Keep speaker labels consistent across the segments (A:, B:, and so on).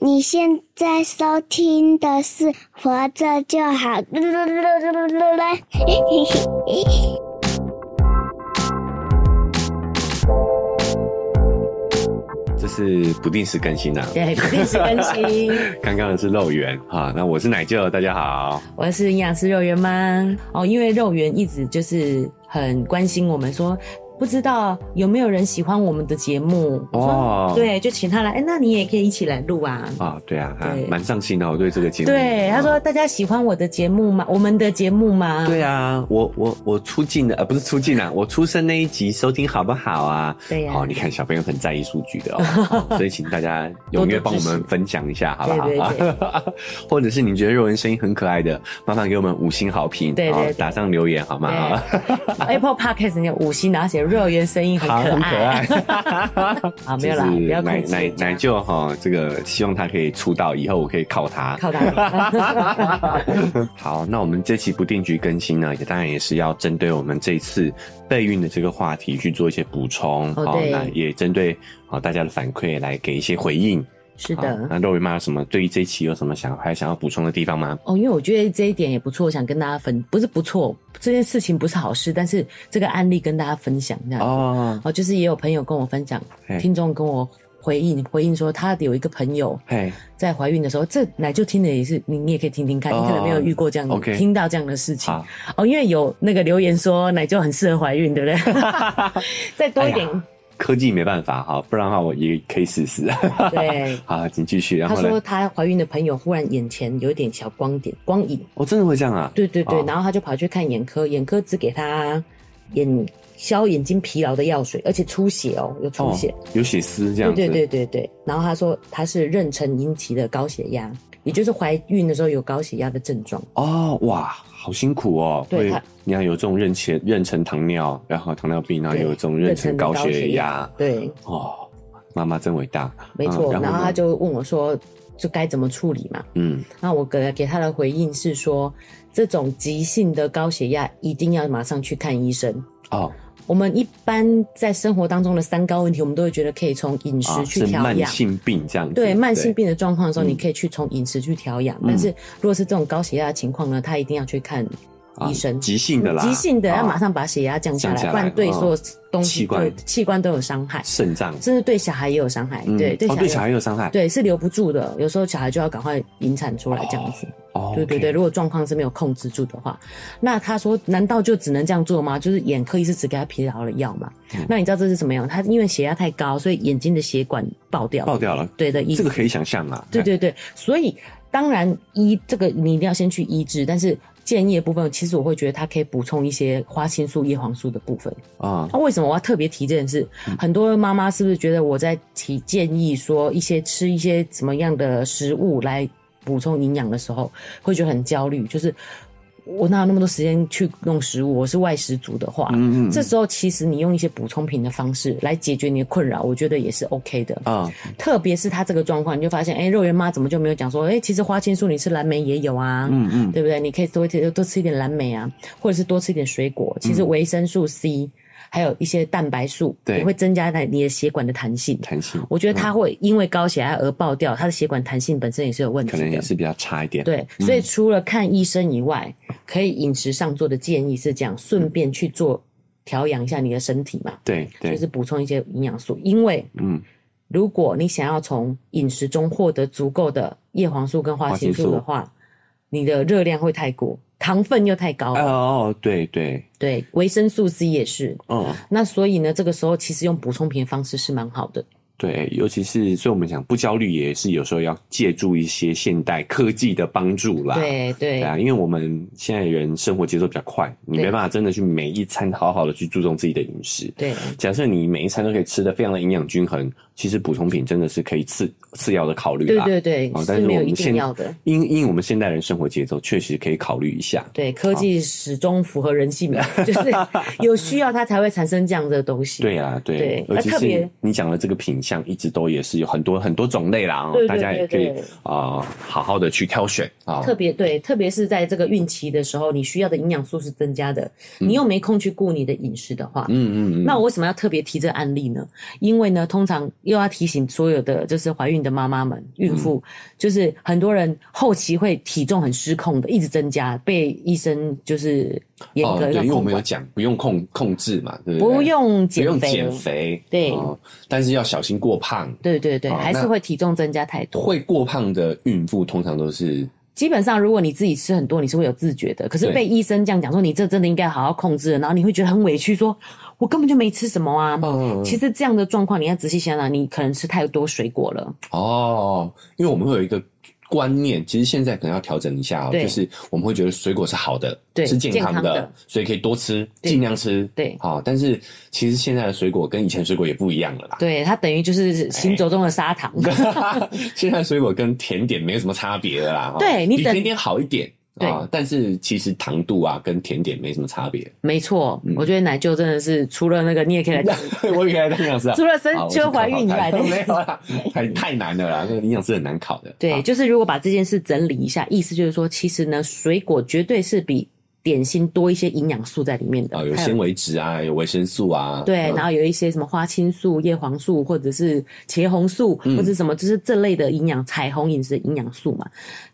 A: 你现在收听的是《活着就好》。
B: 这是不定时更新的、啊。
C: 对，不定时 更新。
B: 刚刚的是肉圆哈，那我是奶舅，大家好。
C: 我是营养师肉圆妈哦，因为肉圆一直就是很关心我们说。不知道有没有人喜欢我们的节目
B: 哦
C: 哦，对，就请他来，哎、那你也可以一起来录啊。
B: 啊，对啊，他
C: 对
B: 蛮上心的，我对这个节目。
C: 对，他说大家喜欢我的节目吗？我们的节目吗？
B: 对啊，我我我出镜的，呃，不是出镜啊，我出生那一集收听好不好啊？
C: 对呀
B: 好、你看小朋友很在意数据的 哦，哦所以请大家踊跃帮我们分享一下，好不好？
C: 对对
B: 或者是你觉得肉人声音很可爱的，麻烦给我们五星好评，
C: 对对
B: 哦
C: 对
B: 打上留言好吗？啊
C: 对 Apple Podcast 你有五星，然后写肉圆声音 很
B: 好
C: 可
B: 很可
C: 爱。
B: 爱。
C: 啊，没有啦，
B: 就
C: 不
B: 是
C: 要
B: 奶
C: 控制
B: 奶奶舅哈，这个希望他可以出道，以后我可以靠 他。
C: 靠他。
B: 好，那我们这期不定期更新呢，也当然也是要针对我们这一次备孕的这个话题去做一些补充。
C: 哦
B: 好
C: 对
B: 那也针对好大家的反馈来给一些回应。
C: 是
B: 好
C: 的。
B: 那肉圆妈有什么对于这一期有什么想还想要补充的地方吗？
C: 哦，因为我觉得这一点也不错，想跟大家分，不是不错，这件事情不是好事，但是这个案例跟大家分享这样子。
B: 哦，
C: 哦，就是也有朋友跟我分享
B: 嘿，
C: 听众跟我回应回应说，他有一个朋友
B: 嘿，
C: 在怀孕的时候，这奶就听的也是，你你也可以听听看，
B: 哦
C: 你可能没有遇过这样的，
B: OK
C: 听到这样的事情
B: 好，
C: 哦，因为有那个留言说奶就很适合怀孕，对不对？再多一点，
B: 科技没办法哈，不然的话我也可以试试。
C: 对。
B: 好，请继哎续。然
C: 他
B: 后呢
C: 说？他怀孕的朋友忽然眼前有一点小光点光影，
B: 哦，真的会这样啊？
C: 对对对，
B: 哦
C: 然后他就跑去看眼科，眼科只给他眼消眼睛疲劳的药水，而且出血哦，有出
B: 哦
C: 血。，
B: 有血丝这样子。
C: 对对对对对。然后他说他是妊娠引起的高血压，也就是怀孕的时候有高血压的症状。
B: 哦，哇，好辛苦哦！
C: 对
B: 会
C: 他
B: 你要有这种妊娠妊娠糖尿，然后糖尿病，然后
C: 对
B: 有这种妊娠高血压，
C: 对，
B: 哦，妈妈真伟大，
C: 没错。
B: 嗯
C: 然后
B: 呢
C: 他就问我说，就该怎么处理嘛？
B: 嗯，
C: 那我给给他的回应是说，这种急性的高血压一定要马上去看医生。
B: 哦，
C: 我们一般在生活当中的三高问题，我们都会觉得可以从饮食
B: 啊，
C: 去
B: 是
C: 调
B: 慢
C: 养。
B: 性病这样子，
C: 对慢性病的状况的时候，
B: 嗯
C: 你可以去从饮食去调养。
B: 嗯
C: 但是如果是这种高血压的情况呢，他一定要去看医生。
B: 啊急性的啦，
C: 急性的
B: 啊
C: 要马上把血压降下
B: 降下来
C: 来，不然对
B: 嗯
C: 所有东西、
B: 器官
C: 对器官都有伤害，
B: 肾脏，
C: 甚至对小孩也有伤害。
B: 嗯
C: 对，对
B: 哦，对小
C: 小
B: 孩
C: 孩
B: 也有伤害，
C: 对是留不住的，有时候小孩就要赶快引产出来这样子。
B: 哦，
C: 对对
B: OK
C: 对，如果状况是没有控制住的话，那他说难道就只能这样做吗？就是眼科医师只给他疲劳的药嘛？
B: 嗯
C: 那你知道这是什么样？他因为血压太高，所以眼睛的血管爆掉。
B: 爆掉了，
C: 对的，医
B: 这个可以想象啊嘛，
C: 对对对，所以当然医这个你一定要先去医治，但是建议的部分，其实我会觉得它可以补充一些花青素、叶黄素的部分。
B: 啊，
C: 那、为什么我要特别提这件事？很多妈妈是不是觉得我在提建议说一些吃一些什么样的食物来补充营养的时候，会觉得很焦虑，就是。我哪有那么多时间去弄食物？我是外食族的话，
B: 嗯嗯嗯
C: 这时候其实你用一些补充品的方式来解决你的困扰，我觉得也是 OK 的。
B: 啊，
C: 特别是他这个状况，你就发现，哎、肉圆妈怎么就没有讲说，哎、其实花青素你吃蓝莓也有啊，
B: 嗯嗯，
C: 对不对？你可以多吃多吃一点蓝莓啊，或者是多吃一点水果。其实维生素 C、还有一些蛋白素，
B: 嗯对嗯
C: 也会增加在你的血管的弹性。
B: 弹性
C: 我觉得它会因为高血压而爆掉，它的血管弹性本身也是有问题
B: 可
C: 的。
B: 能也是比嗯较差一点，，
C: 对，所以除了看医生以外，可以饮食上做的建议是这样，顺便去做调养一下你的身体嘛，
B: 对
C: 就
B: 对
C: 是，补充一些营养素，因为
B: 嗯，
C: 如果你想要从饮食中获得足够的叶黄素跟花青素的话，你的热量会太过，糖分又太高，
B: 哦，对对，
C: 对，维生素 C 也是。
B: 嗯。
C: 那所以呢，这个时候其实用补充品的方式是蛮好的，
B: 对，尤其是所以我们讲不焦虑也是有时候要借助一些现代科技的帮助啦。
C: 对对
B: 对啊，因为我们现在人生活节奏比较快，你
C: 对
B: 没办法真的去每一餐好好的去注重自己的饮食。
C: 对
B: 假设你每一餐都可以吃的非常的营养均衡，其实补充品真的是可以次次要的考虑
C: 对
B: 啦。
C: 对对，
B: 哦但
C: 是
B: 是
C: 没有
B: 我
C: 一
B: 们
C: 定
B: 现
C: 要的。
B: 因因我们现代人生活节奏确实可以考虑一下。
C: 对，科技始终符合人 性嘛，就是有需要它才会产生这样的东西。
B: 对啊，对，
C: 对
B: 尤其
C: 那特别
B: 是你讲的这个品项一直都也是有很多很多种类啦，哦
C: 对对
B: 大家也可以
C: 对对
B: 啊、好好的去挑选啊。
C: 特别对，特别是在这个孕期的时候，你需要的营养素是增加的，
B: 嗯
C: 你又没空去顾你的饮食的话，
B: 嗯嗯嗯，
C: 那我为什么要特别提这个案例呢？因为呢，通常又要提醒所有的就是怀孕的妈妈们、孕妇，
B: 嗯
C: 就是很多人后期会体重很失控的，一直增加，被医生就是严
B: 哦
C: 格
B: 对，
C: 要
B: 因为我
C: 控
B: 们有
C: 管，
B: 讲不用控控制嘛，对不对？
C: 不用
B: 不用
C: 减肥，
B: 减肥，
C: 对
B: 哦但是要小心过胖。
C: 对对对，
B: 哦
C: 还是
B: 那
C: 会体重增加太多。
B: 会过胖的孕妇通常都是
C: 基本上，如果你自己吃很多，你是会有自觉的。可是
B: 对
C: 被医生这样讲说，你这真的应该好好控制了，然后你会觉得很委屈说，我根本就没吃什么啊。
B: 嗯
C: 其实这样的状况，你要仔细想想，你可能吃太多水果了。
B: 哦，因为我们会有一个观念，其实现在可能要调整一下哦，
C: 对
B: 就是我们会觉得水果是好的，
C: 对
B: 是健康
C: 健康的
B: 所以可以多吃，
C: 对
B: 尽量吃，
C: 对
B: 好、但是其实现在的水果跟以前水果也不一样了啦。
C: 对，它等于
B: 哎
C: 就是行走中的砂糖。
B: 现在水果跟甜点没有什么差别了啦，哦
C: 对你
B: 比
C: 等
B: 甜点好一点，啊，但是其实糖度啊跟甜点没什么差别。
C: 没错，
B: 嗯
C: 我觉得奶舅真的是除了那个，你也可以 来讲，
B: 我以为这样子 啊，
C: 除了生
B: 好我去
C: 就怀
B: 考考
C: 孕以
B: 看
C: 外的
B: 没有啦，太太难了啦，那个营养师很难考的。
C: 对，
B: 啊
C: 就是如果把这件事整理一下，意思就是说，其实呢，水果绝对是比点心多一些营养素在里面的，
B: 啊，有
C: 还
B: 纤维质啊，有维生素啊，
C: 对，
B: 嗯
C: 然后有一些什么花青素、叶黄素，或者是茄红素，
B: 嗯
C: 或者什么，就是这类的营养彩虹饮食营养素嘛，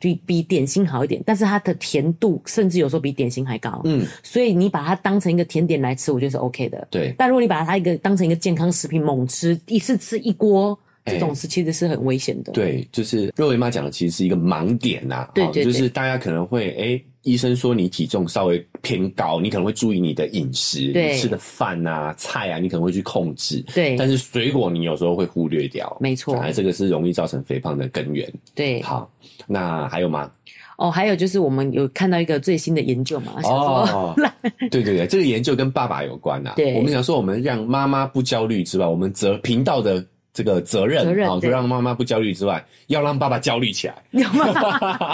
C: 比比点心好一点，但是它的甜度甚至有时候比点心还高，
B: 嗯，
C: 所以你把它当成一个甜点来吃，我觉得是 OK 的。
B: 对，
C: 但如果你把它一个当成一个健康食品猛吃，一次吃一锅，
B: 哎
C: 这种是其实是很危险的。
B: 对，就是肉维妈讲的，其实是一个盲点呐、
C: 对对
B: 就
C: 对
B: 是大家可能会哎。诶医生说你体重稍微偏高，你可能会注意你的饮食，
C: 对
B: 你吃的饭啊、菜啊，你可能会去控制。
C: 对
B: 但是水果你有时候会忽略掉，
C: 没错
B: 反而这个是容易造成肥胖的根源。
C: 对
B: 好，那还有吗？
C: 哦，还有就是我们有看到一个最新的研究啊嘛，想说、
B: 哦，对对对，这个研究跟爸爸有关啊。
C: 对
B: 我们想说，我们让妈妈不焦虑之外，我们责频道的这个责任，
C: 责任
B: 哦，就
C: 对
B: 让妈妈不焦虑之外，要让爸爸焦虑起来。
C: 有吗？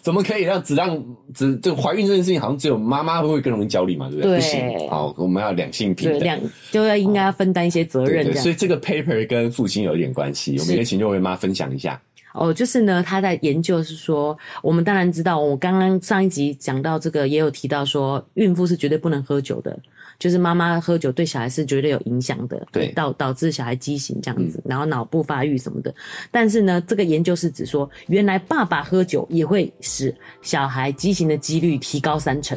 B: 怎么可以让只让只这个怀孕这件事情，好像只有妈妈会更容易焦虑嘛？对不对？
C: 对
B: 不行，好，我们要两性平
C: 对，
B: 等。
C: 两就要应该要分担一些责
B: 对
C: 任这
B: 对，
C: 样
B: 所以这个 paper 跟父亲有一点关系，我们
C: 是
B: 也请六位妈分享一下。
C: 哦，就是呢，他在研究是说，我们当然知道，我刚刚上一集讲到这个，也有提到说，孕妇是绝对不能喝酒的，就是妈妈喝酒对小孩是绝对有嗯影响的，
B: 对
C: 导导致小孩畸形这样子，然后脑部发育什么的。但是呢，这个研究是指说，原来爸爸喝酒也会使小孩畸形的几率提高三成，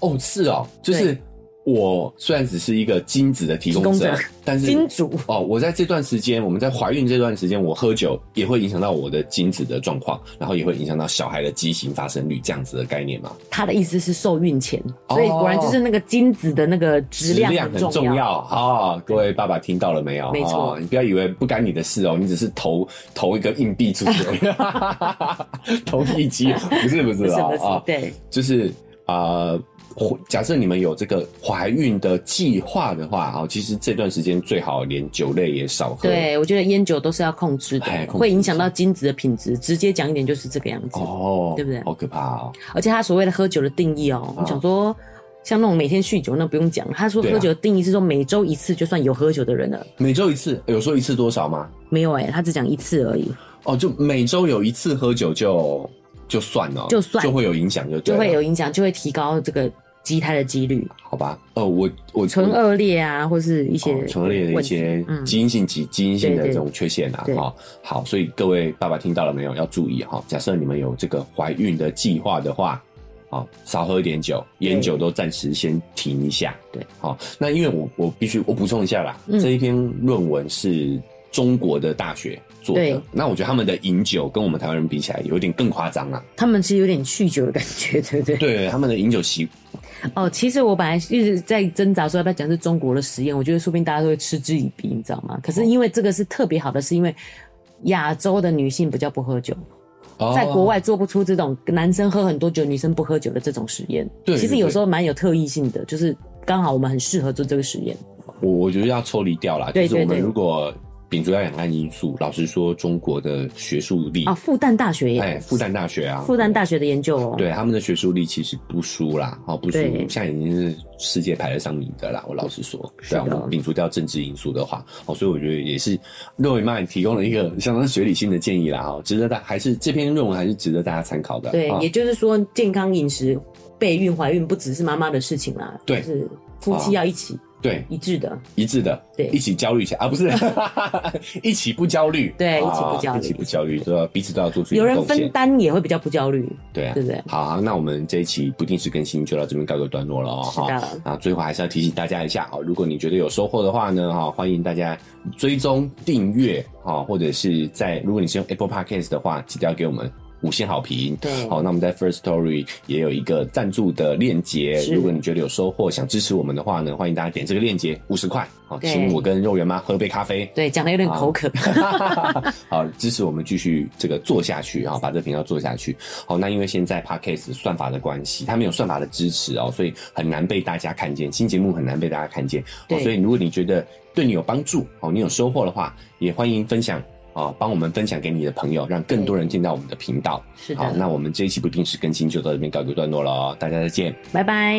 B: 哦，是哦，就是我虽然只是一个精子的提供
C: 提供
B: 者
C: 者，
B: 但是
C: 金主
B: 哦，我在这段时间，我们在怀孕这段时间，我喝酒也会影响到我的精子的状况，然后也会影响到小孩的畸形发生率，这样子的概念嘛？
C: 他的意思是受孕前，
B: 哦
C: 所以果然就是那个精子的那个质量
B: 很
C: 很重要。
B: 要哦，各位爸爸听到了没有？
C: 没错
B: 哦你不要以为不干你的事哦，你只是投投一个硬币出去， 投一机，不是不是
C: 不是哦
B: 啊
C: 不是
B: 啊，，
C: 对
B: 就是啊。呃或假设你们有这个怀孕的计划的话，哦，其实这段时间最好连酒类也少喝。
C: 对，我觉得烟酒都是要控制的
B: 哎，控制
C: 会影响到精子的品质。直接讲一点就是这个样子，
B: 哦，
C: 对不对
B: 好可怕哦！
C: 而且他所谓的喝酒的定义哦，
B: 啊
C: 我想说。像那种每天酗酒，那不用讲。他说
B: 对啊
C: 喝酒的定义是说每周一次就算有喝酒的人了，
B: 每周一次，有说一次多少吗？
C: 没有哎、他只讲一次而已，
B: 哦，就每周有一次喝酒就就算了，
C: 就算
B: 就会有影响，就对啊
C: 就
B: 了
C: 会有影响，就会提高这个畸胎的几率，
B: 好吧？哦，我我
C: 唇腭裂啊，或是一些
B: 哦唇腭裂的一
C: 问题
B: 些
C: 嗯
B: 基因性疾、基因性的这
C: 对对
B: 种缺陷啊，
C: 对
B: 哦，好，所以各位爸爸听到了没有？要注意哈、假设你们有这个怀孕的计划的话。好，少喝一点酒，烟酒都暂时先停一下。
C: 对，
B: 好，那因为我我必须我补充一下啦，
C: 嗯
B: 这一篇论文是中国的大学做的
C: 对，
B: 那我觉得他们的饮酒跟我们台湾人比起来有一点更夸张啊。
C: 他们是有点酗酒的感觉，对不对？
B: 对，他们的饮酒习
C: 哦，其实我本来一直在挣扎说要不要讲是中国的实验，我觉得说不定大家都会嗤之以鼻，你知道吗？
B: 哦
C: 可是因为这个是特别好的，是因为亚洲的女性比较不喝酒，
B: 哦
C: 在国外做不出这种男生喝很多酒、女生不喝酒的这种实验。
B: 对
C: 其
B: 对
C: 实有
B: 对
C: 时候蛮有特异性的，就是刚好我们很适合做这个实验。
B: 我我觉得要抽离掉啦，
C: 对
B: 就是我
C: 对
B: 们
C: 对
B: 如果摒除掉两岸因素，老实说，中国的学术力
C: 啊，，复旦大学也，
B: 哎，复旦大学啊，
C: 复旦大学的研究哦，
B: 对啊他们的学术力其实不输啦，哦，不输
C: 对，
B: 现在已经是世界排得上名的啦。我老实说，
C: 是
B: 对
C: 的
B: 啊，我们摒除掉政治因素的话，哦，所以我觉得也是论文曼提供了一个相当学理性的建议啦，哦，值得大还是这篇论文还是值得大家参考的。
C: 对
B: 啊
C: 也就是说，健康饮食、备孕、怀孕不只是妈妈的事情啦，
B: 对啊
C: 就是夫妻要一起、
B: 对，
C: 一致的，
B: 一致的，
C: 对
B: 一起焦虑一下啊， 不是， 一起不焦虑，啊
C: 对一起不焦虑
B: 一起不焦虑，都要彼此都要做出一
C: 有
B: 个
C: 人
B: 贡
C: 分
B: 献，
C: 担也会比较不焦虑，
B: 对啊
C: 对。不对？
B: 好、那我们这一期不定时更新就到这边告一个段落了哦，
C: 是
B: 哈。
C: 的，
B: 啊，最后还是要提醒大家一下哦，如果你觉得有收获的话呢，哈、欢迎大家追踪订阅哈、或者是在如果你是用 Apple Podcast 的话，记得要给我们五星好评。
C: 对
B: 好、那我们在 First Story 也有一个赞助的链接，
C: 是
B: 如果你觉得有收获，想支持我们的话呢，欢迎大家点这个链接，五十块，好、
C: 对
B: 请我跟肉圆妈喝杯咖啡。
C: 对，讲的有点口渴，
B: 好，支持我们继续这个做下去啊、把这个频道做下去。好，那因为现在 podcast 算法的关系，它没有算法的支持哦，所以很难被大家看见，新节目很难被大家看见。哦、
C: 对
B: 所以如果你觉得对你有帮助哦，你有收获的话，也欢迎分享。哦，帮我们分享给你的朋友，让更多人听到我们的频道。
C: 是
B: 好，
C: 的，
B: 那我们这一期不定时更新就到这边告一个段落了哦，大家再见。
C: 拜拜。